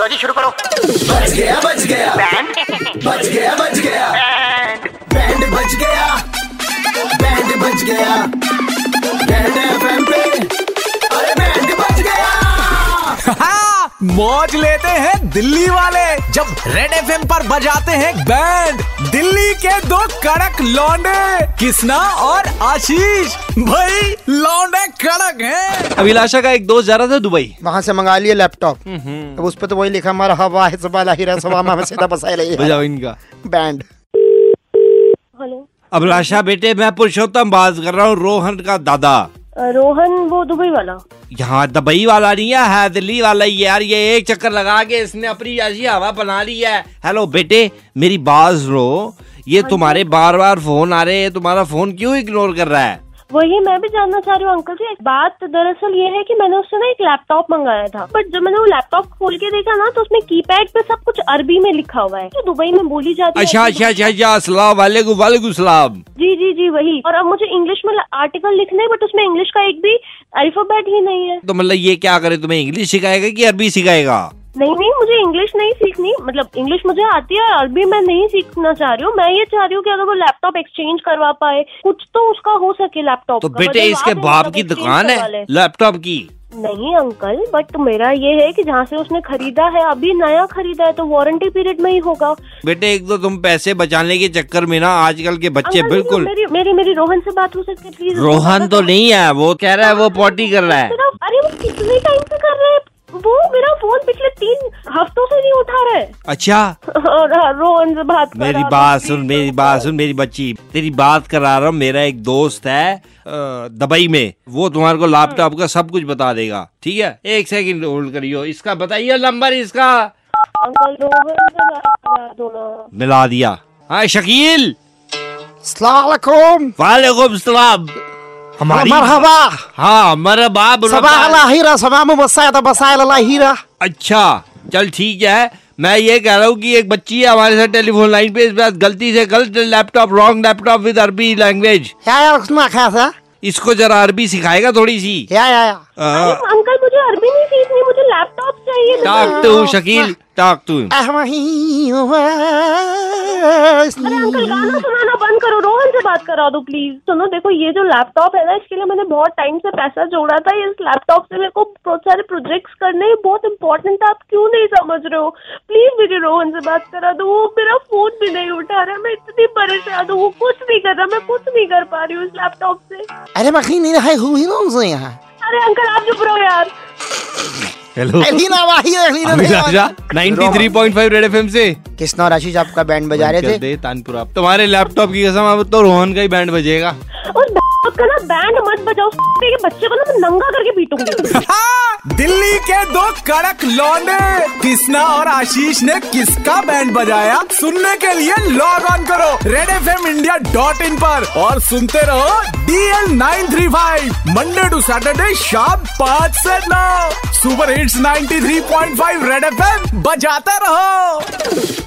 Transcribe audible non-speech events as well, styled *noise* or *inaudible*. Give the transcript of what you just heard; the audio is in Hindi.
लॉजिक तो शुरू करो बच गया बच गया बैंड *laughs* बच गया बच गया बैंड बैंड बच गया बैंड बच गया बैंड एफएम पे अरे बैंड बच गया हाँ, मौज लेते हैं दिल्ली वाले जब रेड एफ पर बजाते हैं बैंड दिल्ली के दो कड़क लौंडे किसना और आशीष भाई लौंडे कड़क हैं अभिलाषा का एक दोस्त जा रहा था दुबई वहां से मंगा लिए लैपटॉप अब उस पर तो वही लिखा हमारा हवा है सबा लाहिरा सबा में सीधा बसाया बजाओ इनका बैंड हेलो अभिलाषा बेटे मैं पुरुषोत्तम बात कर रहा हूँ रोहन का दादा अ, रोहन वो दुबई वाला यहाँ दुबई वाला नहीं है, है दिल्ली वाला ही है यार ये एक चक्कर लगा के इसने अपनी ऐसी हवा बना ली है हेलो बेटे मेरी बाज रो ये हाँ तुम्हारे बार बार फोन आ रहे हैं तुम्हारा फोन क्यों इग्नोर कर रहा है वही मैं भी जानना चाह रही हूँ अंकल जी एक बात दरअसल ये है कि मैंने उससे ना एक लैपटॉप मंगाया था बट जब मैंने वो लैपटॉप खोल के देखा ना तो उसमें कीपैड पे सब कुछ अरबी में लिखा हुआ है जो दुबई में बोली जाती है अच्छा अच्छा अच्छा अच्छा अस्सलाम वालेकुम वालेकुम सलाम जी जी जी वही और अब मुझे इंग्लिश में आर्टिकल लिखना है बट उसमें इंग्लिश का एक भी अल्फाबेट ही नहीं है तो मतलब ये क्या करे तुम्हें इंग्लिश सिखाएगा कि अरबी सिखाएगा नहीं नहीं मुझे इंग्लिश नहीं सीखनी मतलब इंग्लिश मुझे आती है और अरबी मैं नहीं सीखना चाह रही हूँ मैं ये चाह रही हूँ कि अगर वो लैपटॉप एक्सचेंज करवा पाए कुछ तो उसका हो सके लैपटॉप तो का, बेटे मतलब इसके आप बाप लैपटॉप की exchange दुकान करवा है लें। लैपटॉप की नहीं अंकल बट मेरा ये है कि जहाँ से उसने खरीदा है अभी नया खरीदा है तो वारंटी पीरियड में ही होगा बेटे एक तो तुम पैसे बचाने के चक्कर में ना आजकल के बच्चे अंकल, बिल्कुल मेरी मेरी मेरी रोहन से बात हो सकती है प्लीज रोहन तो नहीं है वो कह रहा है वो पोटी कर रहा है सिर्फ अरे वो कितने टाइम से कर रहे हैं वो मेरा फोन पिछले तीन हफ्तों से नहीं उठा रहे अच्छा *laughs* और हाँ, रोहन से बात कर मेरी रहा था, बात please, सुन मेरी अंकल। बात सुन मेरी बच्ची तेरी बात करा रहा हूँ मेरा एक दोस्त है अ, दुबई में वो तुम्हारे को लैपटॉप का सब कुछ बता देगा ठीक है एक सेकंड होल्ड करियो इसका बताइए नंबर इसका अंकल रोहन से बात करा दो ना मिला दिया हाँ शकील सलाम वालेकुम सलाम हमारी मरहबा हाँ हमारा बाप सबा रबा- लाहिरा सबा में बसाया था बसाया लाहिरा अच्छा चल ठीक है मैं ये कह रहा हूँ कि एक बच्ची है हमारे साथ टेलीफोन लाइन पे इस बार गलती से गलत लैपटॉप रॉन्ग लैपटॉप विद अरबी लैंग्वेज या यार उसमें खास है इसको जरा अरबी सिखाएगा थोड़ी सी या या या हाँ। अरे, अंकल मुझे अरबी नहीं सीखनी मुझे लैपटॉप चाहिए मेरा। टाक तू शकील टाक तू अरे अंकल गाना सुनाना बंद करो रोहन से बात करा दो प्लीज सुनो देखो ये जो लैपटॉप है ना इसके लिए मैंने बहुत टाइम से पैसा जोड़ा था इस लैपटॉप से मेरे को बहुत सारे प्रोजेक्ट्स करने हैं, बहुत इंपॉर्टेंट है आप क्यों नहीं समझ रहे हो प्लीज मेरी रोहन से बात करा दो वो मेरा फोन भी नहीं उठा रहा है, मैं इतनी परेशान हूँ वो कुछ नहीं कर रहा मैं कुछ नहीं कर पा रही हूँ इस लैपटॉप से अरे मखी नहीं रहा हुई ना उसे यहाँ अरे अंकल आप चुप रहो यार हेलो अलीना वाही अलीना अभिलाषा रोमा। 93.5 रेड एफएम से कृष्णा और आशीष आपका बैंड बजा रहे कर थे दे तानपुरा तुम्हारे लैपटॉप की कसम अब तो रोहन का ही बैंड बजेगा उस का ना बैंड मत बजाओ उस के बच्चे को ना मैं नंगा करके पीटूंगी हाँ, दिल्ली के दो कड़क लौंडे कृष्णा और आशीष ने किसका बैंड बजाया सुनने के लिए लॉग ऑन करो red F M India dot in पर और सुनते रहो DL nine three five Monday to Saturday शाम पाँच से नौ super hits 93.5 red F M बजाते रहो